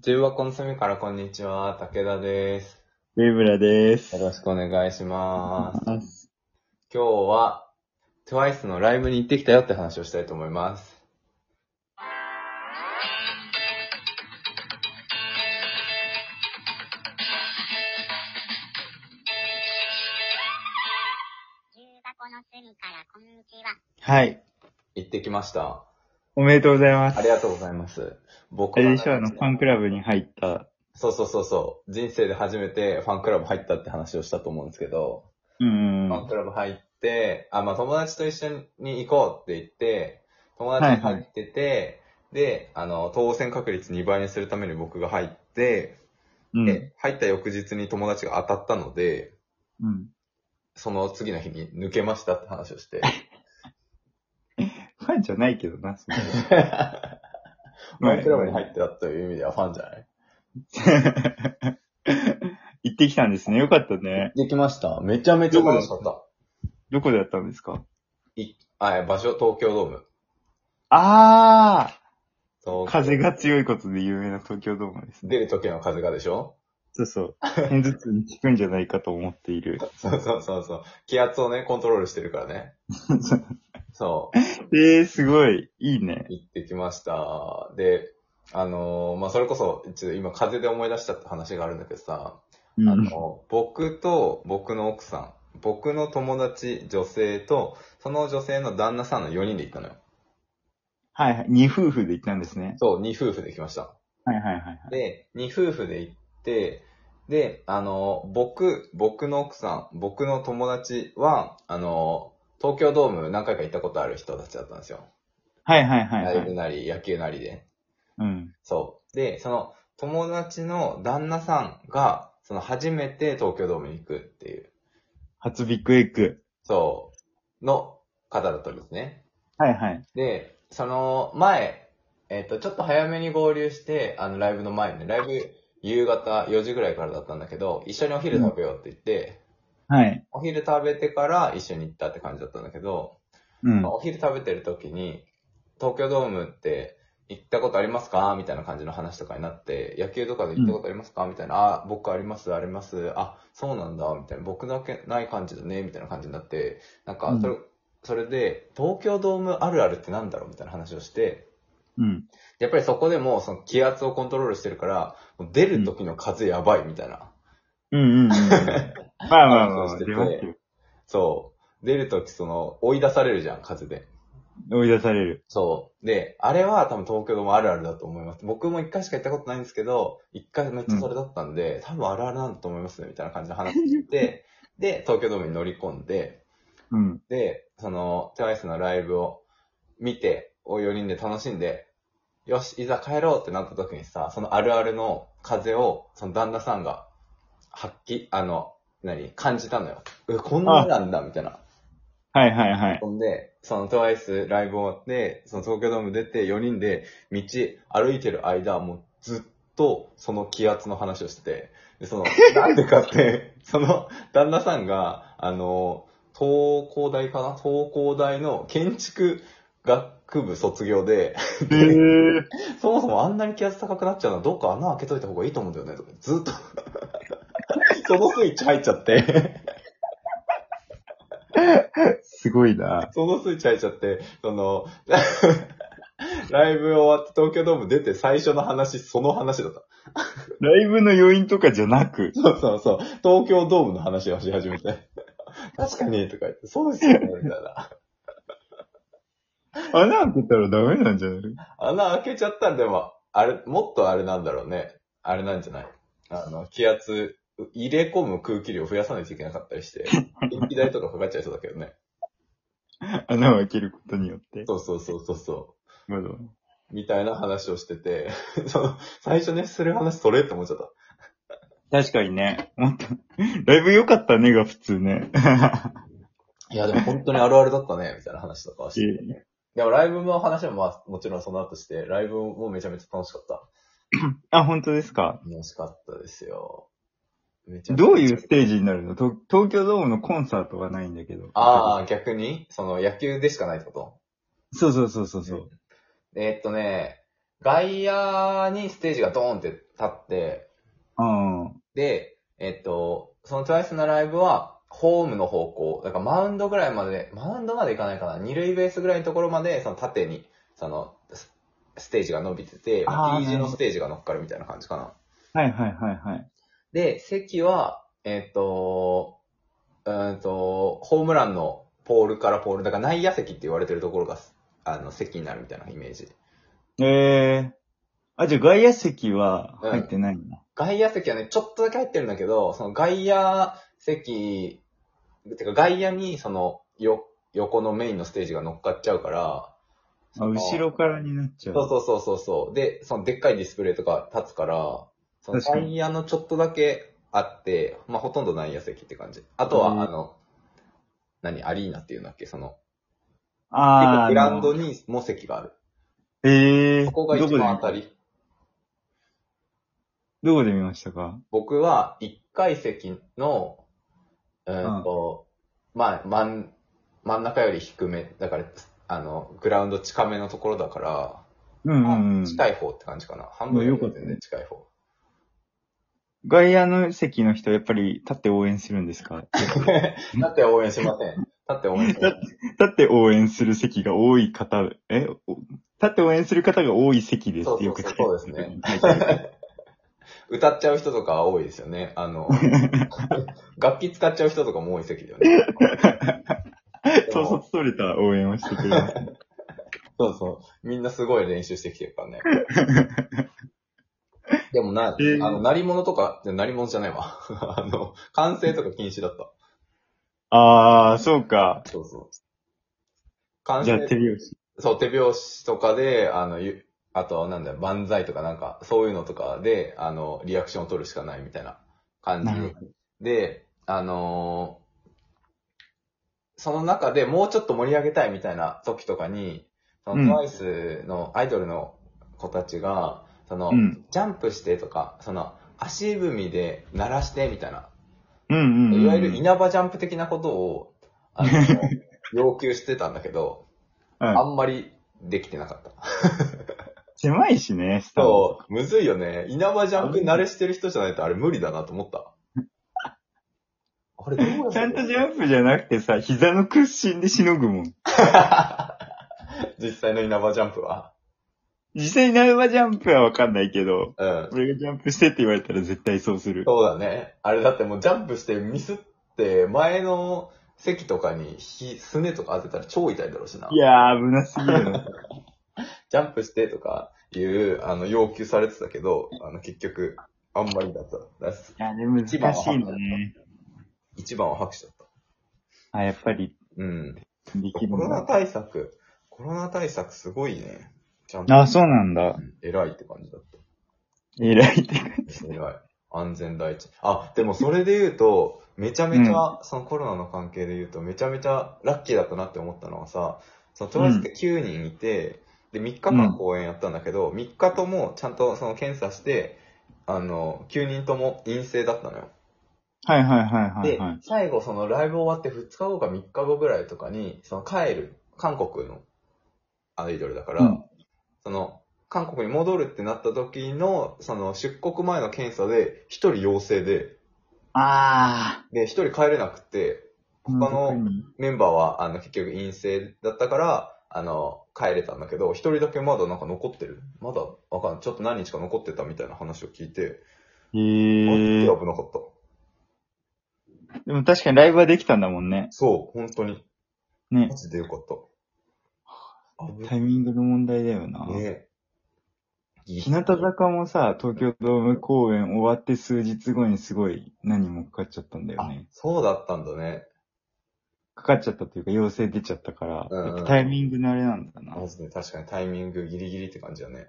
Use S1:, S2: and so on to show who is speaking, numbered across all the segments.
S1: 重箱の隅からこんにちは、武田です。
S2: 上村です。
S1: よろしくお願いします。
S2: 願いします。
S1: 今日は、TWICE のライブに行ってきたよって話をしたいと思います。
S3: 重箱の隅からこんにちは。
S2: はい。
S1: 行ってきました。
S2: おめでとうございます。
S1: ありが
S2: う。
S1: とうございます。僕
S2: あ
S1: は
S2: れでしょ、あの、ファンクラブに入った。
S1: そうそうそうそう。人生で初めてファンクラブ入ったって話をしたと思うんですけど、
S2: うんうん
S1: ファンクラブ入って、あ、まあ友達と一緒に行こうって言って、友達に入ってて、で、あの、当選確率2倍にするために僕が入って、
S2: うん。
S1: で、入った翌日に友達が当たったので、
S2: うん。
S1: その次の日に抜けましたって話を して。
S2: ファンじゃないけどな、それ
S1: ファンクラブに入ってたという意味ではファンじゃない
S2: 行ってきたんですね。よかったね。
S1: できました。めちゃめちゃ楽しかった。
S2: どこでやったんですか
S1: いあ、え場所、東京ドーム。
S2: あー
S1: 東
S2: 風が強いことで有名な東京ドームですね。
S1: 出る時の風がでしょ
S2: そうそう。片頭痛に効くんじゃないかと思っている。
S1: そうそうそうそう。気圧をね、コントロールしてるからね。そう。
S2: えー、すごい。いいね。
S1: 行ってきました。で、あのーまあ、それこそ、一応今風邪で思い出したって話があるんだけどさ、
S2: うん
S1: あの、僕と僕の奥さん、僕の友達女性と、その女性の旦那さんの4人で行ったのよ。
S2: はいはい。二夫婦で行ったんですね。
S1: そう、2夫婦で行きました。
S2: はいはいはいはい。
S1: で、2夫婦で行って、で、あの、僕、僕の奥さん、僕の友達は、あの、東京ドーム何回か行ったことある人たちだったんですよ。
S2: はいはいはい
S1: ライ
S2: は
S1: ブ
S2: い。
S1: なり、野球なりで。
S2: うん。
S1: そう。で、その、友達の旦那さんが、その、初めて東京ドームに行くっていう、
S2: 初ビッグエッグ。
S1: そう、の方だったんですね。
S2: はいはい。
S1: で、その、前、えっ、と、ちょっと早めに合流して、あの、ライブの前にね、ライブ、夕方4時ぐらいからだったんだけど、一緒にお昼食べようって言って、
S2: はい。
S1: お昼食べてから一緒に行ったって感じだったんだけど、
S2: うん。
S1: お昼食べてる時に、東京ドームって行ったことありますかみたいな感じの話とかになって、野球とかで行ったことありますかみたいな、あ、僕あります、あります、あ、そうなんだ、みたいな、僕だけない感じだね、みたいな感じになって、なんか、それ、それで、東京ドームあるあるってなんだろうみたいな話をして、
S2: うん。
S1: やっぱりそこでもうその気圧をコントロールしてるから、もう出る時の風やばい、みたいな。
S2: うんうんうん。 まあまあま
S1: そ
S2: あ、
S1: うしてて
S2: 出ますよ。
S1: そう。出る時その、追い出されるじゃん、風で。
S2: 追い出される。
S1: そう。で、あれは多分東京ドームあるあるだと思います。僕も一回しか行ったことないんですけど、一回めっちゃそれだったんで、多分あるあるなんだと思いますね、みたいな感じの話をして、で、東京ドームに乗り込んで、
S2: うん。
S1: で、その、TWICE のライブを見て、を4人で楽しんで、よし、いざ帰ろうってなった時にさ、そのあるあるの風を、その旦那さんが、発揮、あの、何、感じたのよ。え、こんななんだ、みたいな。
S2: はいはいはい。
S1: ほんで、その TWICE ライブ終わって、その東京ドーム出て4人で道歩いてる間、もうずっとその気圧の話をしてて、で、その、 なんでかって、その旦那さんが、あの、東工大かな東工大の建築学部卒業で、
S2: えー、
S1: そもそもあんなに気圧高くなっちゃうのはどっか穴開けといた方がいいと思うんだよね、とか、ずっと。 そのスイッチ入っちゃって。
S2: すごいな。
S1: そのスイッチ入っちゃって、その、 ライブ終わって東京ドーム出て最初の話、その話だった。
S2: ライブの余韻とかじゃなく、
S1: そうそうそう。東京ドームの話をし始めて。 確かに、とか言って、そうですよね、みたいな。
S2: 穴開けたらダメなんじゃない
S1: 穴開けちゃったら、でも、あれ、もっとあれなんだろうね。あれなんじゃないあの、気圧、入れ込む空気量増やさないといけなかったりして、電気代とかかかっちゃいそうだけどね。
S2: 穴を開けることによって。
S1: そうそうそうそうそう。
S2: なるほど
S1: みたいな話をしてて、 その、最初ね、する話それって思っちゃった。
S2: 確かにね。もっと、ライブ良かったねが普通 ね。
S1: いや、でも本当にあるあるだったね、 みたいな話とかはして。でもライブの話もまあ、もちろんその後して、ライブもめちゃめちゃ楽しかった。
S2: あ、本当ですか
S1: 楽しかったですよ。めちゃめちゃ
S2: どういうステージになるの東東京ドームのコンサートはないんだけど。
S1: あ
S2: あ。
S1: あ、逆にその野球でしかないってこと
S2: そうそうそうそうそう。
S1: えーっとね、外野にステージがドーンって立って、
S2: うん。
S1: で、えっと、その TWICE のライブは、ホームの方向、だからマウンドぐらいまで、マウンドまでいかないかな、二塁ベースぐらいのところまで、その縦に、その、スステージが伸びてて、
S2: あー
S1: T 字
S2: なる
S1: の
S2: ほど
S1: ステージが乗っかるみたいな感じかな。
S2: はいはいはいはい。
S1: で、席は、えっ、と、うーんと、ホームランのポールからポール、だから内野席って言われてるところが、あの、席になるみたいなイメージ。
S2: ええー。あ、じゃあ外野席は入ってないんだ。
S1: 外野席はね、ちょっとだけ入ってるんだけど、その外野席、てか外野にその、よ、横のメインのステージが乗っかっちゃうから、
S2: あ、後ろからになっちゃう。
S1: そうそうそうそうそう。で、そのでっかいディスプレイとか立つから、その
S2: 確かに
S1: 外野のちょっとだけあって、まあほとんど内野席って感じ。あとは、
S2: うん
S1: あの、何、アリーナっていうんだっけ、その、
S2: ああ。
S1: グラウンド
S2: あの。
S1: にも席がある。
S2: ええー。
S1: そこが
S2: ど
S1: 一
S2: こで
S1: 番当たり。
S2: どこで見ましたか
S1: 僕は一階席の、うーんと、まあ、真ん、真ん中より低め、だから、あの、グラウンド近めのところだから、
S2: うんうんうん。
S1: 近い方って感じかな。半分よりも全然近い方。
S2: 外野の席の人、やっぱり立って応援するんですか
S1: だって応援しません。だって応援しません。
S2: 立って応援する席が多い方、えお立って応援する方が多い席ですってよく書いてある
S1: そうそうそう
S2: 書いてある
S1: 歌っちゃう人とか多いですよね。あ の、楽器使っちゃう人とかも多い席だよ ね。でも
S2: 統率取れた応援をしてくれます。
S1: そうそう。みんなすごい練習してきてるからね。 でもな、
S2: えー
S1: あの、鳴り物とか、じゃ鳴り物じゃないわ。 あの、歓声とか禁止だっ
S2: ああ、そうか。
S1: た。そうそう。歓
S2: じゃあ
S1: 声、
S2: 手拍子。
S1: そう、手拍子とかで、あの、ゆあと、なんだよ、万歳とかなんか、そういうのとかで、あの、リアクションを取るしかないみたいな感じ
S2: なるほ
S1: で、あのーその中でもうちょっと盛り上げたいみたいな時とかに、その
S2: う
S1: TWICE のアイドルの子たちが、その、
S2: うん
S1: ジャンプしてとか、その、足踏みで鳴らしてみたいな、
S2: うんうんうん。
S1: いわゆる稲葉ジャンプ的なことを、あ の、要求してたんだけど、あ
S2: うん
S1: んまりできてなかった。
S2: 狭いしね、スタン
S1: そ
S2: ド
S1: う、むずいよね。稲葉ジャンプ慣れしてる人じゃないとあれ無理だなと思った。あれどうやって
S2: ちゃんとジャンプじゃなくてさ、膝の屈伸でしのぐもん。
S1: 実際の稲葉ジャンプは。
S2: 実際にナウマジャンプはわかんないけど、
S1: うん。
S2: 俺がジャンプしてって言われたら絶対そうする。
S1: そうだね。あれだってもうジャンプしてミスって、前の席とかにひ、すねとか当てたら超痛いだろうしな。
S2: いやー、危なすぎる な。
S1: ジャンプしてとかいう、あの、要求されてたけど、あの、結局、あんまりだった。だし
S2: いや、でも難しいね。
S1: 一番は拍手だった。
S2: あ、やっぱり、
S1: うん。
S2: で
S1: コ
S2: きる
S1: ロナ
S2: な。
S1: 対策、コロナ対策すごいね。ちゃんと。
S2: あ、そうなんだ
S1: う。ん偉いって感じだった。
S2: 偉いって。
S1: 偉い。安全第一。あ、でもそれで言うと、めちゃめちゃ、そのコロナの関係で言うと、めちゃめちゃラッキーだったなって思ったのはさ、そのトラスって9人いて、で、3日間公演やったんだけど、3日ともちゃんとその検査して、あの、9人とも陰性だったのよ。
S2: はいはいはいはい
S1: で
S2: はい。、
S1: 最後そのライブ終わって2日後か3日後ぐらいとかに、その帰る、韓国のアイドルだから、
S2: うん
S1: その、韓国に戻るってなった時の、その出国前の検査で、1人陽性で、
S2: あ
S1: で、1人帰れなくて、
S2: ー。
S1: 他のメンバーは、あの、結局陰性だったから、あの、帰れたんだけど、1人だけまだなんか残ってる。まだ、わかんない。ちょっと何日か残ってたみたいな話を聞いて、
S2: へ
S1: あ
S2: ー。
S1: 危なかった。
S2: でも確かにライブはできたんだもんね。
S1: そう、本当に。
S2: ね
S1: マジでよかった。危
S2: タイミングの問題だよな。
S1: ねえ。
S2: 日向坂もさ、東京ドーム公演終わって数日後にすごい何もかかっちゃったんだよ
S1: あ
S2: ね。
S1: そうだったんだね。
S2: かかっちゃったというか陽性出ちゃったから、
S1: うんうん
S2: やっぱタイミングのあれなんだな。
S1: マジで確かにタイミングギリギリって感じだね。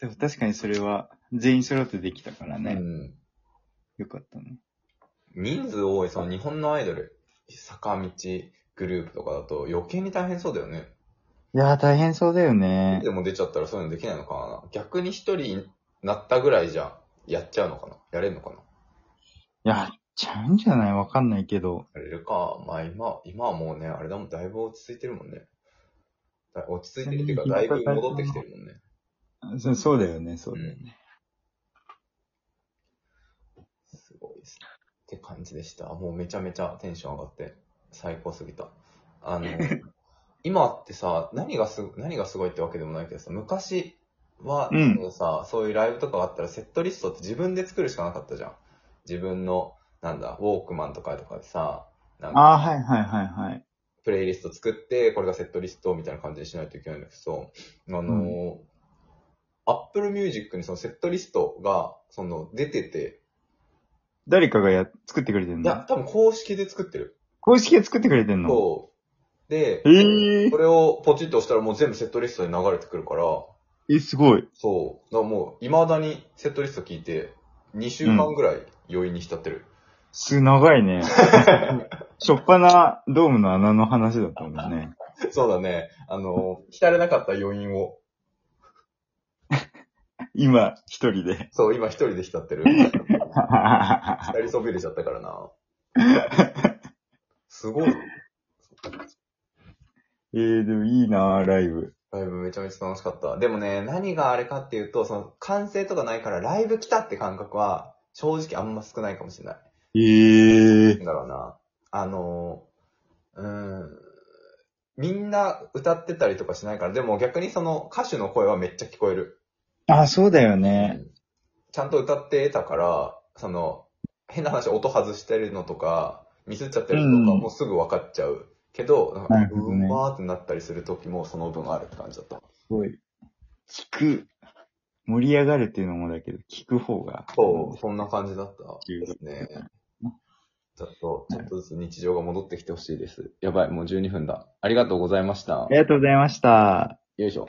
S2: でも確かにそれは全員揃ってできたから
S1: う
S2: ね。
S1: ん。
S2: よかったね。
S1: 人数多い、その日本のアイドル、坂道グループとかだと余計に大変そうだよね。
S2: いやー大変そうだよね。
S1: でも出ちゃったらそういうのできないのかな。逆に一人になったぐらいじゃ、やっちゃうのかな。やれるのかな。
S2: やっちゃうんじゃないわかんないけど。
S1: やれるか。まあ今、今はもうね、あれだもん、だいぶ落ち着いてるもんね。だ落ち着いてるっていうか、だいぶ戻ってきてるもんね。
S2: そそうだよね、そううだよね。
S1: ん。すごいですね。って感じでした。もうめちゃめちゃテンション上がって、最高すぎた。あ の、今ってさ、何がすご、何がすごいってわけでもないけどさ、昔は、
S2: うん
S1: そのさ、そういうライブとかがあったら、セットリストって自分で作るしかなかったじゃん。自分の、なんだ、ウォークマンとかとかでさ、なんか、
S2: ああ、はいはいはいはい。
S1: プレイリスト作って、これがセットリストみたいな感じにしないといけないんだけど、あのー、Apple Music にそのセットリストが、その、出てて、
S2: 誰かがや、作ってくれてん
S1: いや
S2: だ。、
S1: 多分公式で作ってる。
S2: 公式で作ってくれてんの
S1: そう。で、
S2: ええ
S1: これをポチッと押したらもう全部セットリストに流れてくるから、
S2: え、すごい。
S1: そう。だからもう、未だにセットリスト聞いて、2週間ぐらい余韻に浸ってる。
S2: す、長いね。しょっぱなドームの穴の話だったもんね。
S1: そうだね。あのー、浸れなかった余韻を、
S2: 今、一人で。
S1: そう、今一人で浸って る。やりそびれちゃったからな。すごい。
S2: えー、でもいいなライブ。
S1: ライブめちゃめちゃ楽しかった。でもね、何があれかっていうと、その、完成とかないから、ライブ来たって感覚は、正直あんま少ないかもしれない。
S2: えー、
S1: なんだろうな。あの、うーん、みんな歌ってたりとかしないから、でも逆にその歌手の声はめっちゃ聞こえる。
S2: あ、そうだよね。
S1: うんちゃんと歌ってたから、その、変な話、音外してるのとか、ミスっちゃってるのとか
S2: うん
S1: もうすぐ分かっちゃう。けど、なん
S2: な
S1: か
S2: るほ
S1: う
S2: どね
S1: まーってなったりする時もその分あるって感じだった。
S2: すごい。聞く。盛り上がるっていうのもだけど、聞く方が。
S1: そう、そんな感じだったですね。ちょっと、ちょっとずつ日常が戻ってきてほしいです。やばい、もう12分だ。ありがとうございました
S2: あ。りがとうございました。
S1: よいしょ。